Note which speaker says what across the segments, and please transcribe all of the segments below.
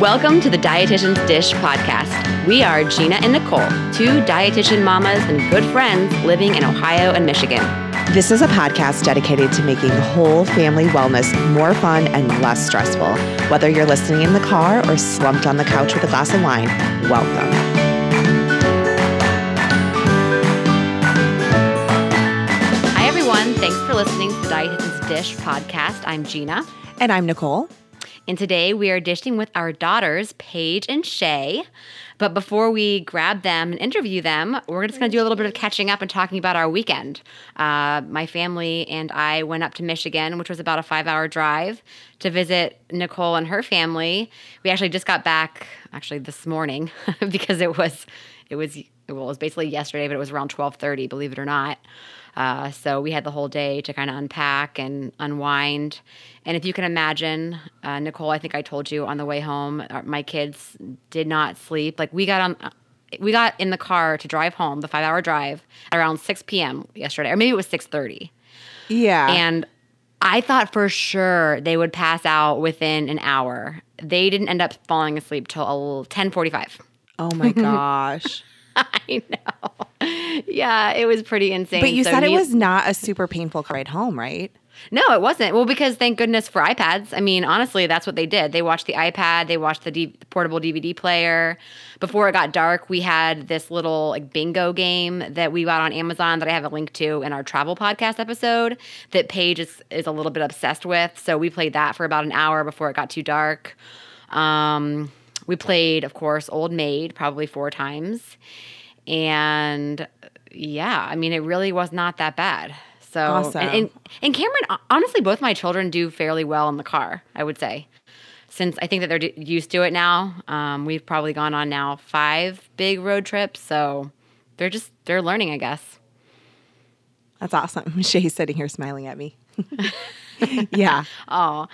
Speaker 1: Welcome to the Dietitian's Dish podcast. We are Gina and Nicole, two dietitian mamas and good friends living in Ohio and Michigan.
Speaker 2: This is a podcast dedicated to making whole family wellness more fun and less stressful. Whether you're listening in the car or slumped on the couch with a glass of wine, welcome.
Speaker 1: Hi, everyone. Thanks for listening to the Dietitian's Dish podcast. I'm Gina,
Speaker 2: And I'm Nicole.
Speaker 1: and today we are dishing with our daughters, Paige and Shay. But before we grab them and interview them, we're just going to do a little bit of catching up and talking about our weekend. Uh, my family and I went up to Michigan, which was about a five hour drive, to visit Nicole and her family. We actually just got back, actually this morning, because it was, it was, well, it was basically yesterday, but it was around twelve thirty, believe it or not. Uh, so we had the whole day to kind of unpack and unwind. And if you can imagine, uh, Nicole, I think I told you on the way home, uh, my kids did not sleep. Like we got on, we got in the car to drive home, the five-hour drive, around 6 p.m. yesterday, or maybe it was 6:30.
Speaker 2: Yeah.
Speaker 1: And I thought for sure they would pass out within an hour. They didn't end up falling asleep till 10:45.
Speaker 2: oh my gosh.
Speaker 1: I know. Yeah, it was pretty insane.
Speaker 2: But you
Speaker 1: So
Speaker 2: said it
Speaker 1: need-
Speaker 2: was not a super painful ride home, right?
Speaker 1: No, it wasn't. Well, because thank goodness for iPads. I mean, honestly, that's what they did. They watched the iPad, they watched the, D- the portable DVD player. Before it got dark, we had this little like bingo game that we got on Amazon that I have a link to in our travel podcast episode that Paige is, is a little bit obsessed with. So we played that for about an hour before it got too dark. Um, we played, of course, Old Maid probably four times. And yeah, I mean, it really was not that bad. So, and-
Speaker 2: Awesome.
Speaker 1: and, and Cameron, ho- honestly, both my children do fairly well in the car, I would say. Since I think that they're d- used to it now, um, we've probably gone on now five big road trips. So they're just, they're learning, I guess.
Speaker 2: That's awesome. Shay's sitting here smiling at me. yeah.
Speaker 1: Oh,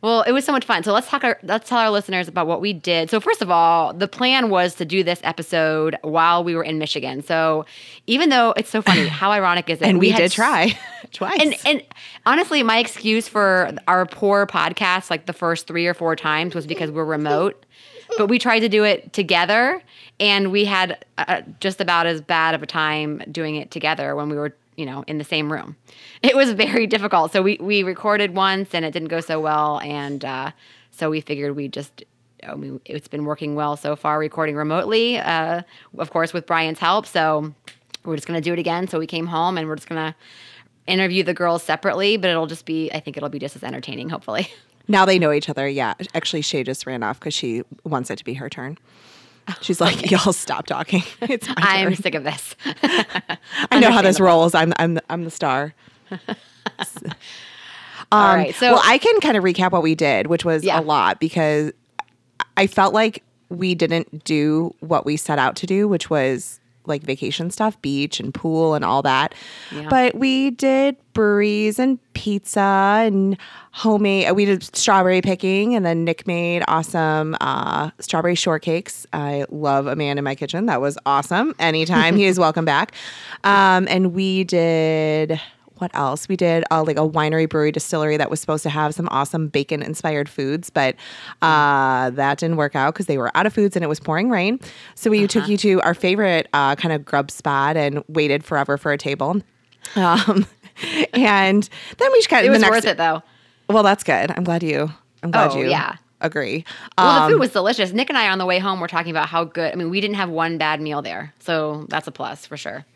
Speaker 1: well, it was so much fun. So let's talk. Our, let's tell our listeners about what we did. So first of all, the plan was to do this episode while we were in Michigan. So even though it's so funny, how ironic is it?
Speaker 2: And we,
Speaker 1: had
Speaker 2: did
Speaker 1: s-
Speaker 2: try twice.
Speaker 1: And and honestly, my excuse for our poor podcast, like the first three or four times, was because we're remote. But we tried to do it together, and we had uh, just about as bad of a time doing it together when we were, you know, in the same room. It was very difficult. So we we recorded once, and it didn't go so well, and uh, so we figured we just. I mean, it's been working well so far, recording remotely, uh, of course, with Brian's help. So we're just going to do it again. So we came home and we're just going to interview the girls separately, but it'll just be, I think it'll be just as entertaining, hopefully.
Speaker 2: Now they know each other. Yeah. Actually, Shay just ran off because she wants it to be her turn.
Speaker 1: Oh,
Speaker 2: She's like, y'all stop talking. It's my
Speaker 1: I'm
Speaker 2: turn.
Speaker 1: sick of this.
Speaker 2: I know how this rolls. I'm, I'm, the- I'm the star.
Speaker 1: All
Speaker 2: Um,
Speaker 1: right. So,
Speaker 2: well, I can kind of recap what we did, which was
Speaker 1: Yeah.
Speaker 2: a lot because I felt like we didn't do what we set out to do, which was like vacation stuff, beach and pool and all that.
Speaker 1: Yeah.
Speaker 2: But we did breweries and pizza and homemade. uh, We did strawberry picking, and then Nick made awesome uh, strawberry shortcakes. I love a man in my kitchen. That was awesome. Anytime he is welcome back. Um, and we did what else? We did uh, like a winery brewery distillery that was supposed to have some awesome bacon inspired foods, but uh, that didn't work out because they were out of foods and it was pouring rain. So we
Speaker 1: Uh-huh.
Speaker 2: took you to our favorite uh, kind of grub spot and waited forever for a table. Um, and then we just kind
Speaker 1: it
Speaker 2: of
Speaker 1: was
Speaker 2: the next,
Speaker 1: worth it though.
Speaker 2: Well, that's good. I'm glad you. I'm glad
Speaker 1: Oh,
Speaker 2: you.
Speaker 1: yeah.
Speaker 2: Agree.
Speaker 1: Well,
Speaker 2: Um,
Speaker 1: the food was delicious. Nick and I on the way home were talking about how good, I mean, we didn't have one bad meal there. So that's a plus for sure.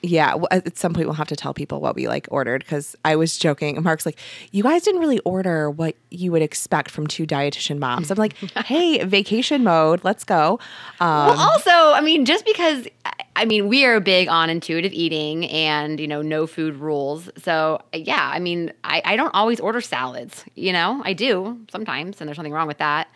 Speaker 2: Yeah, w- at some point we'll have to tell people what we like ordered because I was joking. and Mark's like, "You guys didn't really order what you would expect from two dietitian moms." I'm like, "Hey, vacation mode, let's go." Um,
Speaker 1: Well, also, I mean, just because, I- I mean, we are big on intuitive eating and, you know, no food rules. So, yeah, I mean, I, I don't always order salads, you know, I do sometimes, and there's nothing wrong with that.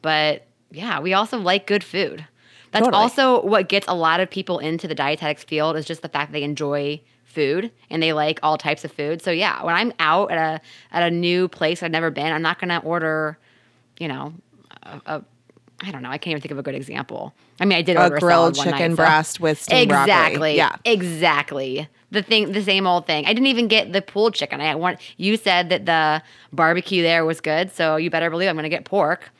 Speaker 1: But yeah, we also like good food. That's
Speaker 2: Totally.
Speaker 1: also what gets a lot of people into the dietetics field is just the fact that they enjoy food and they like all types of food. So yeah, when I'm out at a at a new place I've never been, I'm not gonna order, you know, a, a I don't know. I can't even think of a good example. I mean, I did
Speaker 2: a
Speaker 1: order
Speaker 2: grilled
Speaker 1: salad one night,
Speaker 2: chicken
Speaker 1: so-
Speaker 2: breast with steamed broccoli.
Speaker 1: exactly,
Speaker 2: Yeah,
Speaker 1: exactly. The thing, the same old thing. I didn't even get the pulled chicken. I want you said that the barbecue there was good, so you better believe I'm going to get pork.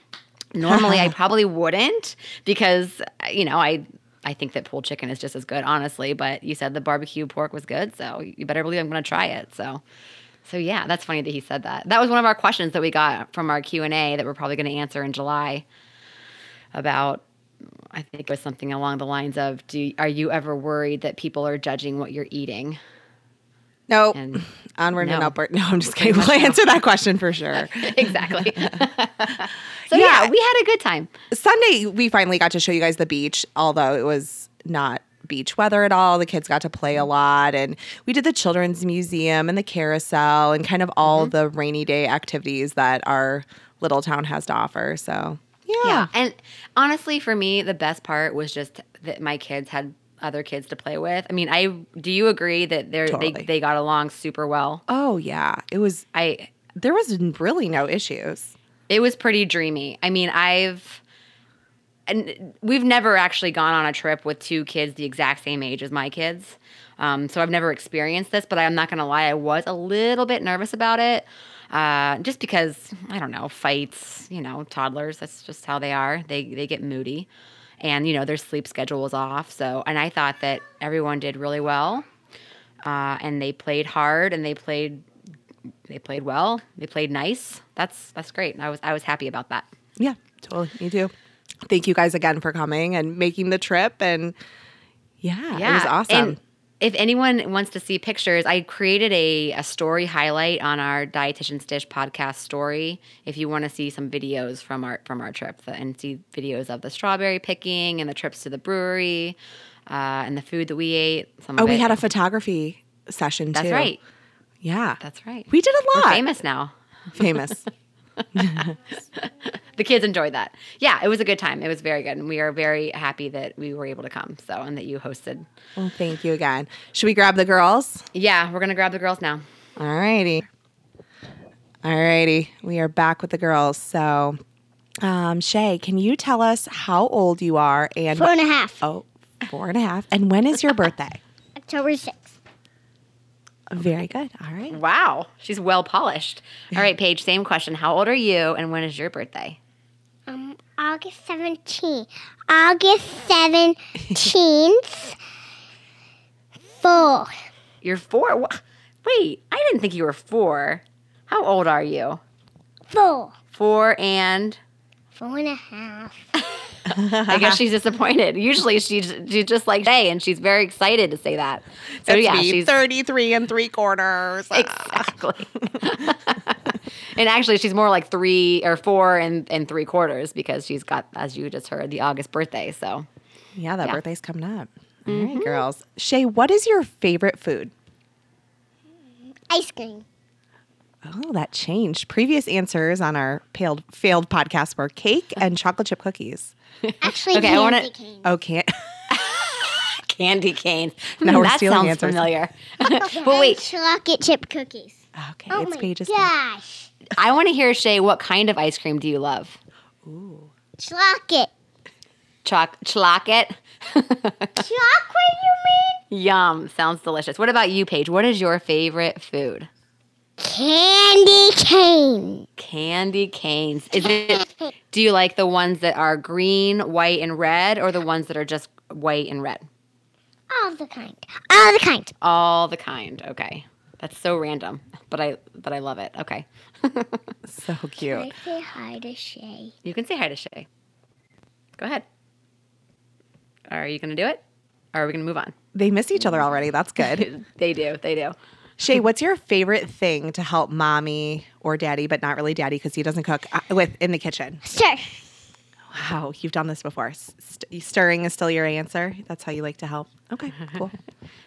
Speaker 1: Normally, I probably wouldn't because you know I I think that pulled chicken is just as good, honestly. But you said the barbecue pork was good, so you better believe I'm going to try it. So, so yeah, that's funny that he said that. That was one of our questions that we got from our Q and A that we're probably going to answer in July about. I think it was something along the lines of Do are you ever worried that people are judging what you're eating?
Speaker 2: Nope.
Speaker 1: And
Speaker 2: Onward and
Speaker 1: No.
Speaker 2: upward. No, I'm just kidding. We'll answer that question for sure.
Speaker 1: exactly. so
Speaker 2: Yeah.
Speaker 1: yeah, we had a good time.
Speaker 2: Sunday, we finally got to show you guys the beach, although it was not beach weather at all. The kids got to play a lot, and we did the children's museum and the carousel and kind of all
Speaker 1: Mm-hmm.
Speaker 2: the rainy day activities that our little town has to offer. So, yeah.
Speaker 1: Yeah. And honestly, for me, the best part was just that my kids had other kids to play with. I mean, I do you agree that they're,
Speaker 2: Totally.
Speaker 1: they they got along super well?
Speaker 2: Oh, yeah. It was,
Speaker 1: I
Speaker 2: there was really no issues.
Speaker 1: it was pretty dreamy. I mean, I've and we've never actually gone on a trip with two kids the exact same age as my kids. Um, so I've never experienced this, but I'm not going to lie, I was a little bit nervous about it. Uh, just because I don't know fights, you know, toddlers. That's just how they are. They they get moody, and you know their sleep schedule was off. So, and I thought that everyone did really well, uh, and they played hard and they played they played well. They played nice. That's that's great. I was I was happy about that.
Speaker 2: Yeah, totally. You do. Thank you guys again for coming and making the trip. And yeah, it was awesome.
Speaker 1: And if anyone wants to see pictures, I created a, a story highlight on our Dietitian's Dish podcast story. If you want to see some videos from our from our trip the, and see videos of the strawberry picking and the trips to the brewery uh, and the food that we ate. Some
Speaker 2: oh,
Speaker 1: of
Speaker 2: we
Speaker 1: it.
Speaker 2: had a photography session
Speaker 1: That's
Speaker 2: too.
Speaker 1: right.
Speaker 2: Yeah.
Speaker 1: That's right.
Speaker 2: we did a
Speaker 1: We're
Speaker 2: lot.
Speaker 1: famous now.
Speaker 2: famous.
Speaker 1: the kids enjoyed that. Yeah, it was a good time. It was very good, and we are very happy that we were able to come. So, and that you hosted.
Speaker 2: Well, thank you again. Should we grab the girls?
Speaker 1: Yeah, we're gonna grab the girls now.
Speaker 2: All righty. All righty. We are back with the girls. So, um, Shay, can you tell us how old you are and
Speaker 3: Four and a half.
Speaker 2: oh, four and a half, and when is your birthday?
Speaker 3: October 6th.
Speaker 2: Very good. All right.
Speaker 1: Wow, she's well polished. All right, Paige. Same question. How old are you, and when is your birthday?
Speaker 3: Um, August 17th. August 17th. Four.
Speaker 1: You're four. Wha- Wait, I didn't think you were four. How old are you?
Speaker 3: Four.
Speaker 1: Four and
Speaker 3: Four and a half.
Speaker 1: I guess she's disappointed. Usually she's she's just like hey, and she's very excited to say that. So
Speaker 2: That's
Speaker 1: yeah,
Speaker 2: me,
Speaker 1: she's
Speaker 2: 33 and three quarters.
Speaker 1: exactly. and actually, she's more like three or four and, and three quarters because she's got, as you just heard, the August birthday. So
Speaker 2: Yeah, that birthday's coming up. All right, girls. Shay, what is your favorite food?
Speaker 3: Ice cream.
Speaker 2: Oh, that changed. Previous answers on our failed, failed podcast were cake and chocolate chip cookies.
Speaker 3: Actually,
Speaker 1: Okay, I
Speaker 3: candy
Speaker 1: wanna-
Speaker 3: cane.
Speaker 2: Oh, can't.
Speaker 1: candy cane.
Speaker 2: Now we're
Speaker 1: Hmm, that
Speaker 2: stealing
Speaker 1: sounds
Speaker 2: answers.
Speaker 1: familiar. but wait,
Speaker 3: Chocolate chip cookies.
Speaker 2: Okay,
Speaker 3: Oh
Speaker 2: it's
Speaker 3: my
Speaker 2: Paige's. turn.
Speaker 3: gosh.
Speaker 1: I want to hear Shay. What kind of ice cream do you love?
Speaker 3: Chocolate.
Speaker 1: Choc chocolate.
Speaker 3: Chocolate, you mean?
Speaker 1: Yum, sounds delicious. What about you, Paige? What is your favorite food?
Speaker 3: Candy cane.
Speaker 1: Candy canes. Is it? do you like the ones that are green, white, and red, or the ones that are just white and red?
Speaker 3: All the kind. All the kind.
Speaker 1: All the kind. Okay. That's so random, but I but I love it. Okay.
Speaker 2: So cute.
Speaker 3: I say hi to Shay.
Speaker 1: You can say hi to Shay. Go ahead. Are you going to do it? Or are we going to move on?
Speaker 2: They miss each other already. That's good.
Speaker 1: They do. They do.
Speaker 2: Shay, what's your favorite thing to help mommy or daddy, but not really daddy because he doesn't cook uh, with in the kitchen?
Speaker 3: Sir.
Speaker 2: Wow, you've done this before. S- st- stirring is still your answer. That's how you like to help. Okay, cool.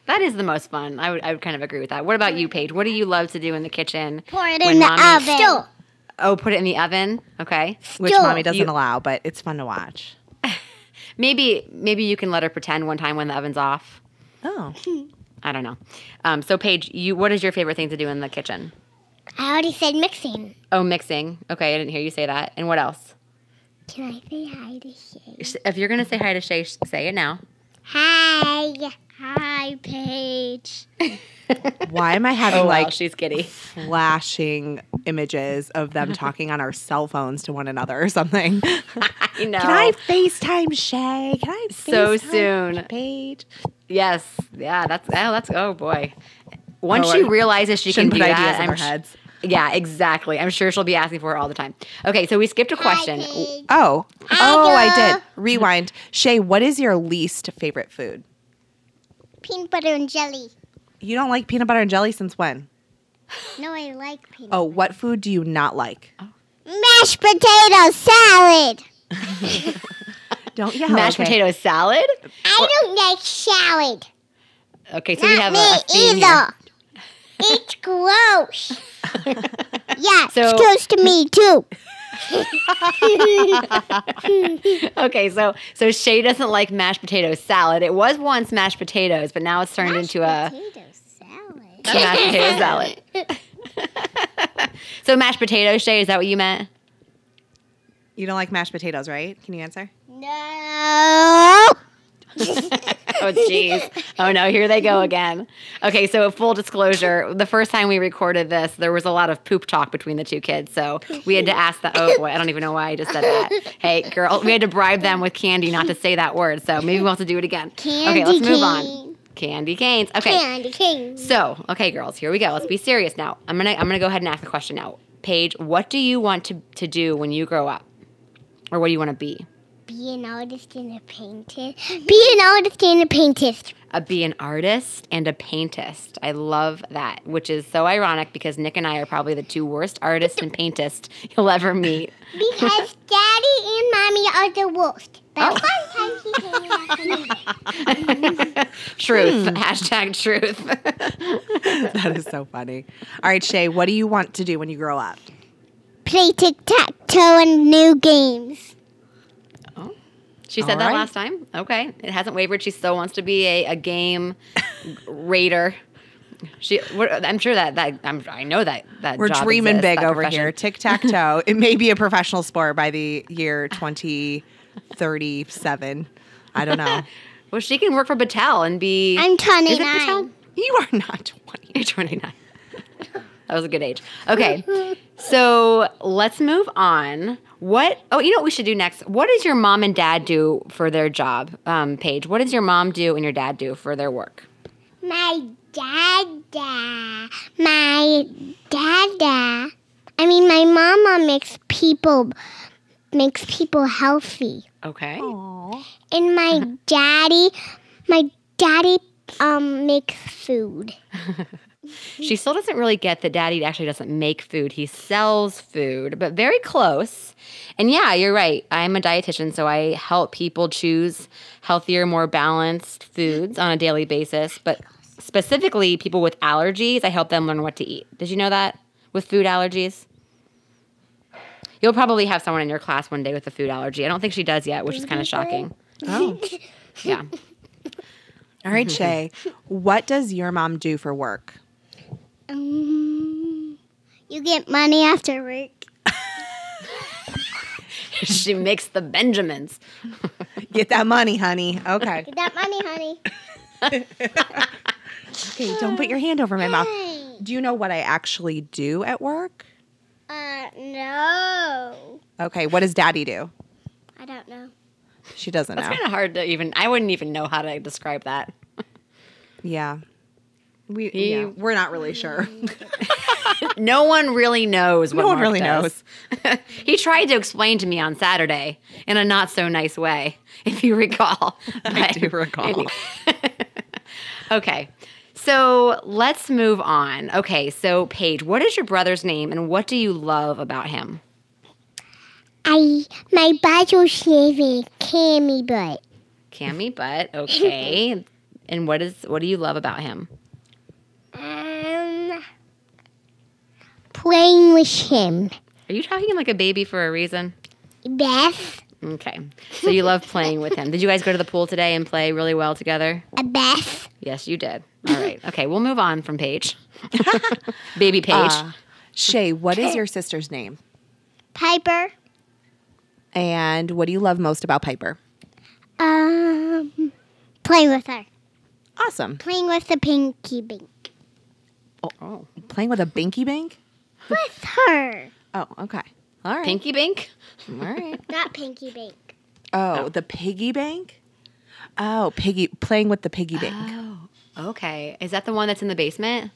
Speaker 1: That is the most fun. I would, I would kind of agree with that. What about you, Paige? What do you love to do in the kitchen?
Speaker 3: Pour it
Speaker 1: when
Speaker 3: in the
Speaker 1: mommy-
Speaker 3: oven.
Speaker 1: Oh, put it in the oven. Okay.
Speaker 2: Which
Speaker 3: Still,
Speaker 2: mommy doesn't
Speaker 1: you-
Speaker 2: allow, but it's fun to watch.
Speaker 1: Maybe maybe you can let her pretend one time when the oven's off.
Speaker 2: Oh,
Speaker 1: I don't know. Um, so Paige, you what is your favorite thing to do in the kitchen?
Speaker 3: I already said mixing.
Speaker 1: Oh, mixing. Okay, I didn't hear you say that. And what else?
Speaker 3: Can I say hi to Shay?
Speaker 1: If you're gonna say hi to Shay, say it now.
Speaker 3: Hi. Hi, Paige.
Speaker 2: Why am I having
Speaker 1: Oh,
Speaker 2: like
Speaker 1: wow, she's giddy.
Speaker 2: flashing images of them talking on our cell phones to one another or something? Can
Speaker 1: You know.
Speaker 2: I FaceTime Shay? Can I
Speaker 1: So
Speaker 2: FaceTime
Speaker 1: soon.
Speaker 2: Paige?
Speaker 1: Yes. Yeah. That's. Oh, that's. Oh boy. Once
Speaker 2: Oh,
Speaker 1: she
Speaker 2: I
Speaker 1: realizes she can
Speaker 2: Shouldn't
Speaker 1: do
Speaker 2: put ideas
Speaker 1: that,
Speaker 2: in
Speaker 1: I'm
Speaker 2: our
Speaker 1: sh-
Speaker 2: heads.
Speaker 1: yeah, exactly. I'm sure she'll be asking for it all the time. Okay, so we skipped a question.
Speaker 3: Hi, Paige.
Speaker 2: Oh, oh, I
Speaker 3: Hello.
Speaker 2: did. Rewind. Shay, what is your least favorite food?
Speaker 3: Peanut butter and jelly.
Speaker 2: You don't like peanut butter and jelly since when?
Speaker 3: No, I like peanut.
Speaker 2: Oh, what food do you not like?
Speaker 3: Oh. Mashed potato salad.
Speaker 2: Don't you?
Speaker 1: Mashed potato salad.
Speaker 3: I don't like salad.
Speaker 1: Okay, so we
Speaker 3: Not
Speaker 1: have a, a
Speaker 3: me
Speaker 1: theme here.
Speaker 3: either. it's gross. yeah,
Speaker 1: So-
Speaker 3: it's gross to me too.
Speaker 1: Okay, so so Shay doesn't like mashed potato salad. It was once mashed potatoes, but now it's turned into a,
Speaker 3: potato salad.
Speaker 1: a mashed potato salad. so mashed potato, Shay, is that what you meant?
Speaker 2: You don't like mashed potatoes, right? Can you answer?
Speaker 3: No.
Speaker 1: Oh jeez. Oh no, here they go again. Okay, so full disclosure, the first time we recorded this, there was a lot of poop talk between the two kids. So we had to ask the oh boy, I don't even know why I just said that. Hey girl, we had to bribe them with candy not to say that word. So maybe we'll have to do it again. okay, let's
Speaker 3: Candy
Speaker 1: move on.
Speaker 3: cane.
Speaker 1: Candy canes. Okay.
Speaker 3: Candy cane.
Speaker 1: So, okay, girls, here we go. Let's be serious now. I'm gonna I'm gonna go ahead and ask a question now. Paige, what do you want to, to do when you grow up? Or what do you want to be?
Speaker 3: Be an artist and a painter. Be an artist and a paintist.
Speaker 1: A, be an artist and a paintist. I love that, which is so ironic because Nick and I are probably the two worst artists and paintists you'll ever meet.
Speaker 3: Because Daddy and Mommy are the worst. But sometimes he can laugh
Speaker 1: truth.
Speaker 2: Hmm.
Speaker 1: Hashtag truth.
Speaker 2: That is so funny. All right, Shay, what do you want to do when you grow up?
Speaker 3: Play tic tac toe and new games.
Speaker 1: she said
Speaker 2: All
Speaker 1: that
Speaker 2: right.
Speaker 1: last time. Okay. It hasn't wavered. She still wants to be a, a game raider. She, what- I'm sure that that I'm, I know that that
Speaker 2: We're
Speaker 1: job
Speaker 2: dreaming
Speaker 1: exists,
Speaker 2: big
Speaker 1: that
Speaker 2: over
Speaker 1: profession.
Speaker 2: here. Tic tac toe. it may be a professional sport by the year 2037. I don't know.
Speaker 1: Well, she can work for Battelle and be.
Speaker 3: I'm
Speaker 1: Is it
Speaker 3: 29.
Speaker 1: Battelle?
Speaker 2: You are not 20.
Speaker 1: You're 29. that was a good age. Okay. So let's move on. What? Oh, you know what we should do next? What does your mom and dad do for their job, um, Paige? What does your mom do and your dad do for their work?
Speaker 3: My dada. My dada. I mean, my mama makes people makes people healthy,
Speaker 1: Okay.
Speaker 3: and my daddy, my daddy um makes food.
Speaker 1: She still doesn't really get that daddy actually doesn't make food. He sells food, but very close. And yeah, you're right. I'm a dietitian, so I help people choose healthier, more balanced foods on a daily basis. But specifically, people with allergies, I help them learn what to eat. Did you know that? With food allergies? You'll probably have someone in your class one day with a food allergy. I don't think she does yet, which is kind of shocking.
Speaker 2: Oh.
Speaker 1: Yeah.
Speaker 2: All right, Shay, what does your mom do for work?
Speaker 3: Um, you get money after work.
Speaker 1: she makes the Benjamins.
Speaker 2: Get that money, honey. Okay.
Speaker 3: Get that money, honey.
Speaker 2: Okay, don't put your hand over my mouth.
Speaker 3: Hey.
Speaker 2: Do you know what I actually do at work?
Speaker 3: Uh, no.
Speaker 2: Okay, what does daddy do?
Speaker 3: I don't know.
Speaker 2: She doesn't
Speaker 1: That's
Speaker 2: know.
Speaker 1: kind of hard to even, I wouldn't even know how to describe that.
Speaker 2: Yeah. We
Speaker 1: He-
Speaker 2: yeah, we're not really sure.
Speaker 1: No one really knows. What
Speaker 2: No one
Speaker 1: Mark
Speaker 2: really
Speaker 1: does. he tried to explain to me on Saturday in a not so nice way, if you recall. I
Speaker 2: do recall.
Speaker 1: okay, so let's move on. Okay, so Paige, what is your brother's name, and what do you love about him?
Speaker 3: I my bottle's leaving Cammy butt.
Speaker 1: Cammy, but okay. and what is what do you love about him?
Speaker 3: Um, playing with him.
Speaker 1: Are you talking like a baby for a reason?
Speaker 3: Beth,
Speaker 1: Okay, so you love playing with him. Did you guys go to the pool today and play really well together?
Speaker 3: a Beth.
Speaker 1: Yes, you did. All right. Okay, we'll move on from Paige. Baby Paige.
Speaker 2: Shay, what is your sister's name?
Speaker 3: Piper.
Speaker 2: And what do you love most about Piper?
Speaker 3: Um, playing with her.
Speaker 2: Awesome.
Speaker 3: Playing with the pinky bink.
Speaker 1: Oh,
Speaker 2: Playing with a binky bank?
Speaker 3: With her.
Speaker 2: Oh, okay. All right.
Speaker 1: Pinky Bink.
Speaker 2: All right.
Speaker 3: Not pinky bink.
Speaker 2: Oh, the piggy bank? Oh, piggy playing with the piggy bank.
Speaker 1: Oh, okay. Is that the one that's in the basement?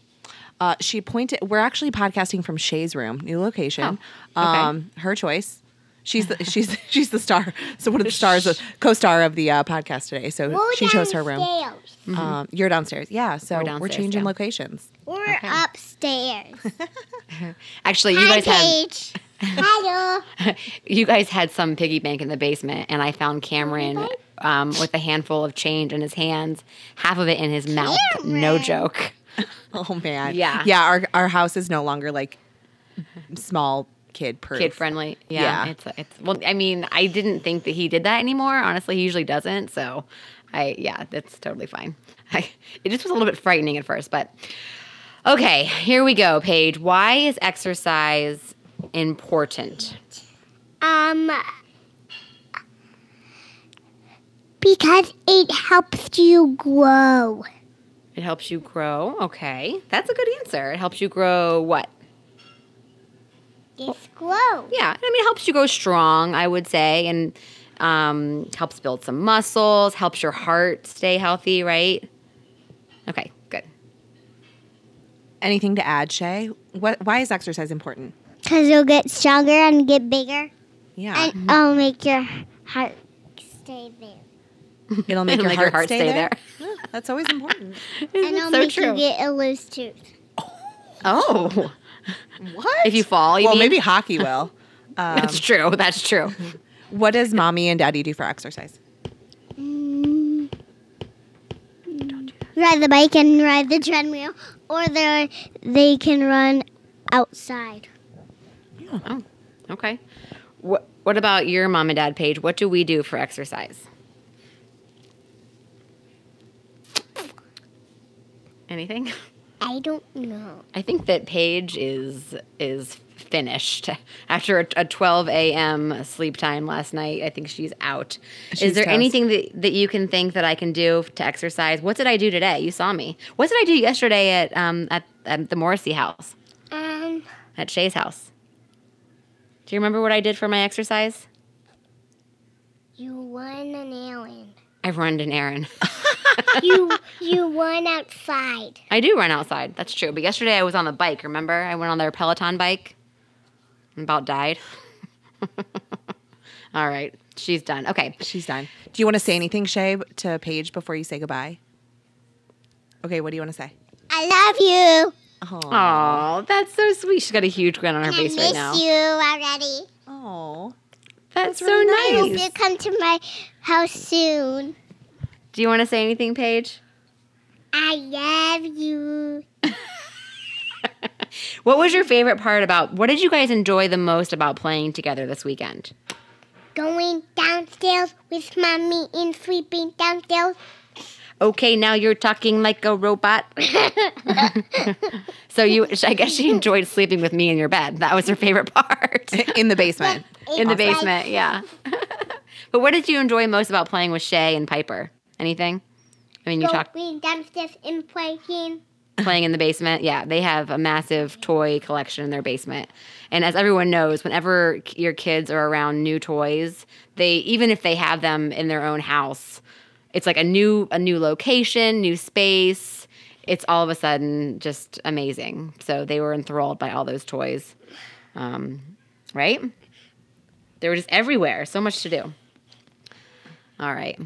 Speaker 2: Uh, she pointed we're actually podcasting from Shay's room, new location.
Speaker 1: Oh, okay.
Speaker 2: Um her choice. She's the she's she's the star. So one of the stars of co-star of the uh, podcast today. So
Speaker 3: Go
Speaker 2: she chose her room.
Speaker 3: downstairs.
Speaker 2: Um, you're downstairs. Yeah, so we're,
Speaker 1: downstairs,
Speaker 2: changing
Speaker 1: yeah.
Speaker 2: locations.
Speaker 3: Or upstairs.
Speaker 1: Actually, you
Speaker 3: Hi,
Speaker 1: guys have
Speaker 3: Paige. Hello.
Speaker 1: you guys had some piggy bank in the basement, and I found Cameron um, with a handful of change in his hands, half of it in his mouth. No
Speaker 3: Cameron.
Speaker 1: joke.
Speaker 2: Oh man.
Speaker 1: Yeah.
Speaker 2: Yeah, our our house is no longer like small kid proof.
Speaker 1: Kid friendly.
Speaker 2: Yeah.
Speaker 1: Yeah, It's it's well. I mean, I didn't think that he did that anymore. Honestly, he usually doesn't. So, I yeah, that's totally fine. I, it just was a little bit frightening at first, but okay. Here we go, Paige. Why is exercise important?
Speaker 3: Um, because it helps you grow.
Speaker 1: It helps you grow. Okay, that's a good answer. It helps you grow what?
Speaker 3: Yes, grow.
Speaker 1: Yeah, I mean, it helps you grow strong, I would say, and um, helps build some muscles, helps your heart stay healthy, right? Okay, good.
Speaker 2: Anything to add, Shay? What why is exercise important?
Speaker 3: Because you'll get stronger and get bigger.
Speaker 2: Yeah.
Speaker 3: And it'll make your heart stay there.
Speaker 2: It'll make,
Speaker 1: It'll
Speaker 2: your,
Speaker 1: make
Speaker 2: heart
Speaker 1: your heart
Speaker 2: stay,
Speaker 1: stay
Speaker 2: there.
Speaker 1: there.
Speaker 2: Yeah, that's always important.
Speaker 3: and it'll
Speaker 1: Mm-hmm. so
Speaker 3: make
Speaker 1: true.
Speaker 3: you get a loose tooth.
Speaker 1: Oh,
Speaker 2: what?
Speaker 1: if you fall, you
Speaker 2: well,
Speaker 1: mean?
Speaker 2: maybe hockey will.
Speaker 1: that's true. That's true.
Speaker 2: What does mommy and daddy do for exercise?
Speaker 3: Ride the bike and ride the treadmill, or they they can run outside.
Speaker 1: Oh, okay. What What about your mom and dad, Paige? What do we do for exercise? Anything?
Speaker 3: I don't know.
Speaker 1: I think that Paige is is finished after a, a 12 a.m. sleep time last night. I think she's out.
Speaker 2: She's
Speaker 1: is there
Speaker 2: toast.
Speaker 1: anything that, that you can think that I can do to exercise? What did I do today? You saw me. What did I do yesterday at um at, at the Morrissey house
Speaker 3: Um,
Speaker 1: at Shay's house? Do you remember what I did for my exercise?
Speaker 3: you won an alien.
Speaker 1: I run an errand.
Speaker 3: you you won outside.
Speaker 1: I do run outside. That's true. But yesterday I was on the bike. Remember, I went on their Peloton bike. and About died. All right, she's done. Okay.
Speaker 2: She's done. Do you want to say anything, Shay, to Paige before you say goodbye? Okay, what do you want to say?
Speaker 3: I love
Speaker 2: Oh,
Speaker 1: Oh, that's so sweet. She's got a huge grin on her
Speaker 3: you.
Speaker 1: face right now.
Speaker 3: you already.
Speaker 2: oh.
Speaker 1: That's, so
Speaker 3: I hope
Speaker 1: nice.
Speaker 3: you come to my house soon.
Speaker 1: Do you want to say anything, Paige?
Speaker 3: I love you.
Speaker 1: What was your favorite part about? What did you guys enjoy the most about playing together this weekend?
Speaker 3: Going downstairs with mommy and sleeping downstairs.
Speaker 1: Okay, now you're talking like a robot. so you, I guess she enjoyed sleeping with me in your bed. That was her favorite part.
Speaker 2: In the basement.
Speaker 1: in the
Speaker 3: It's like-
Speaker 1: basement. Yeah. but what did you enjoy most about playing with Shay and Piper? Anything? I mean, you talked
Speaker 3: Going downstairs and playing.
Speaker 1: playing in the basement. Yeah, they have a massive toy collection in their basement. And as everyone knows, whenever k- your kids are around new toys, they even if they have them in their own house, it's like a new a new location, new space. It's all of a sudden just amazing. So they were enthralled by all those toys. Um, right? They were just everywhere. So much to do. All right.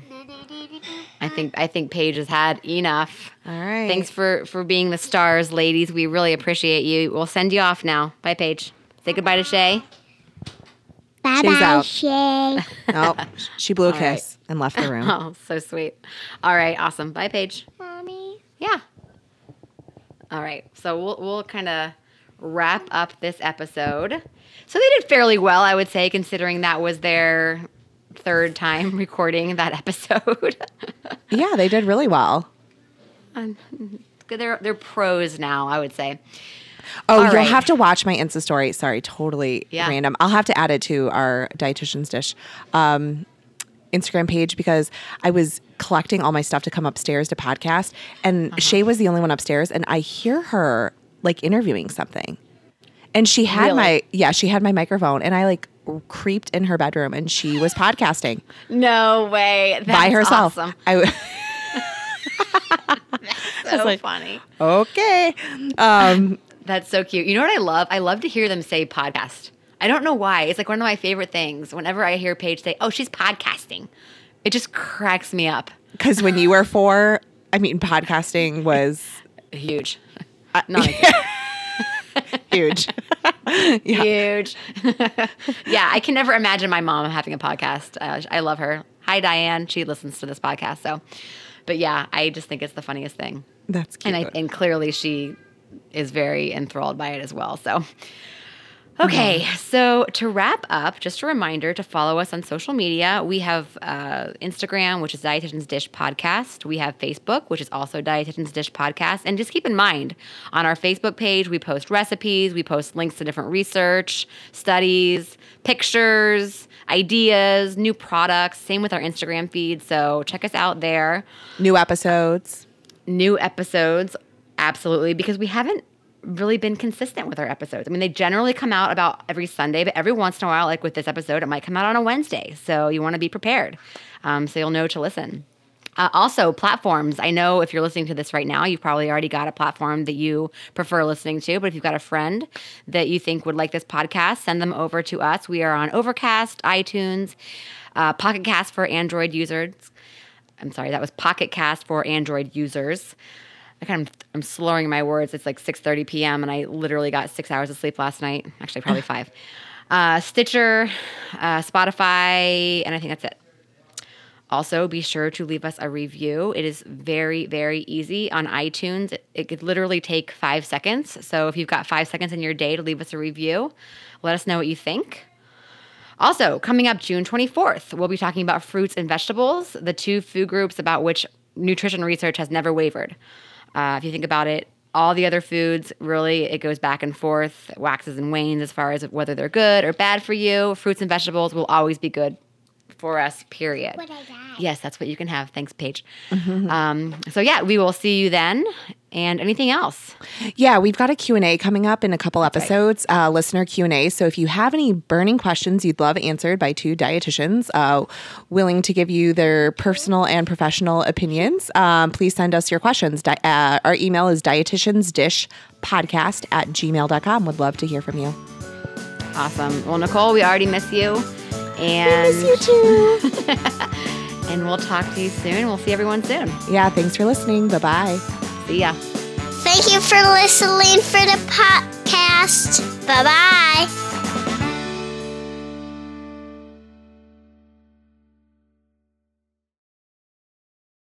Speaker 1: I think I think Paige has had enough.
Speaker 2: All right.
Speaker 1: Thanks for for being the stars, ladies. We really appreciate you. We'll send you off now. Bye, Paige. Say goodbye to Shay.
Speaker 3: Bye bye,
Speaker 2: out.
Speaker 3: Shay.
Speaker 2: Oh, she blew a
Speaker 1: right.
Speaker 2: kiss and left the room.
Speaker 1: Oh, so sweet. All right, awesome. Bye, Paige.
Speaker 3: mommy.
Speaker 1: Yeah. All right. So we'll we'll kind of wrap up this episode. So they did fairly well, I would say, considering that was their third time recording that episode.
Speaker 2: Yeah, they did really well.
Speaker 1: Um, they're they're pros now, I would say.
Speaker 2: Oh,
Speaker 1: All
Speaker 2: you'll
Speaker 1: right.
Speaker 2: have to watch my Insta story. Sorry, totally
Speaker 1: Yeah.
Speaker 2: random. I'll have to add it to our dietitian's dish. Um, Instagram page because I was collecting all my stuff to come upstairs to podcast,
Speaker 1: Uh-huh.
Speaker 2: and Shay was the only one upstairs, and I hear her like interviewing something, and she had
Speaker 1: Really?
Speaker 2: my yeah, she had my microphone, and I like creeped in her bedroom, and she was podcasting
Speaker 1: No way. That's
Speaker 2: by herself.
Speaker 1: Awesome.
Speaker 2: I w-
Speaker 1: So funny.
Speaker 2: okay, um,
Speaker 1: That's so cute. You know what I love? I love to hear them say podcast. I don't know why. It's like one of my favorite things. Whenever I hear Paige say, "Oh, she's podcasting," it just cracks me up.
Speaker 2: because when you were four, I mean, podcasting was
Speaker 1: Huge.
Speaker 2: uh,
Speaker 1: Not
Speaker 2: huge. yeah.
Speaker 1: huge. yeah, I can never imagine my mom having a podcast. Uh, I love her. Hi, Diane. She listens to this podcast. So, but yeah, I just think it's the funniest thing.
Speaker 2: That's cute.
Speaker 1: And I and clearly she is very enthralled by it as well. So okay, so to wrap up, just a reminder to follow us on social media. We have uh, Instagram, which is Dietitian's Dish Podcast. We have Facebook, which is also Dietitian's Dish Podcast. And just keep in mind, on our Facebook page, we post recipes, we post links to different research, studies, pictures, ideas, new products. Same with our Instagram feed. So check us out there
Speaker 2: New episodes.
Speaker 1: new episodes absolutely because we haven't really been consistent with our episodes. I mean, they generally come out about every Sunday, but every once in a while, like with this episode, it might come out on a Wednesday. So you want to be prepared, um, so you'll know to listen. Uh, also, platforms. I know if you're listening to this right now, you've probably already got a platform that you prefer listening to. But if you've got a friend that you think would like this podcast, send them over to us. We are on Overcast, iTunes, uh, Pocket Cast for Android users. I'm sorry, that was Pocket Cast for Android users. I kind of I'm slurring my words. It's like 6:30 p.m. and I literally got six hours of sleep last night. Actually, probably five. Uh, Stitcher, uh, Spotify, and I think that's it. Also, be sure to leave us a review. It is very, very easy on iTunes. It, it could literally take five seconds. So, if you've got five seconds in your day to leave us a review, let us know what you think. Also, coming up June 24th, we'll be talking about fruits and vegetables, the two food groups about which nutrition research has never wavered. Uh, if you think about it, all the other foods really, it goes back and forth, waxes and wanes as far as whether they're good or bad for you. Fruits and vegetables will always be good for us, period.
Speaker 3: What I got.
Speaker 1: Yes, that's what you can have. Thanks, Paige. Um, so, yeah, we will see you then. And anything else?
Speaker 2: Yeah, we've got a Q&A coming up in a couple episodes, uh, listener Q&A. So if you have any burning questions you'd love answered by two dietitians uh, willing to give you their personal and professional opinions, um, please send us your questions. Di- uh, our email is dietitiansdishpodcast at gmail.com. Would love to hear from you.
Speaker 1: Awesome. Well, Nicole, we already miss you. And
Speaker 3: Miss you too.
Speaker 1: and we'll talk to you soon. We'll see everyone soon.
Speaker 2: Yeah, thanks for listening. Bye-bye.
Speaker 1: See ya.
Speaker 3: Thank you for listening for the podcast. Bye bye.